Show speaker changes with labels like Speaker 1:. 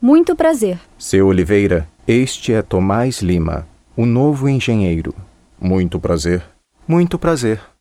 Speaker 1: Muito prazer.
Speaker 2: Seu Oliveira, este é Tomás Lima, o novo engenheiro. Muito prazer. Muito prazer.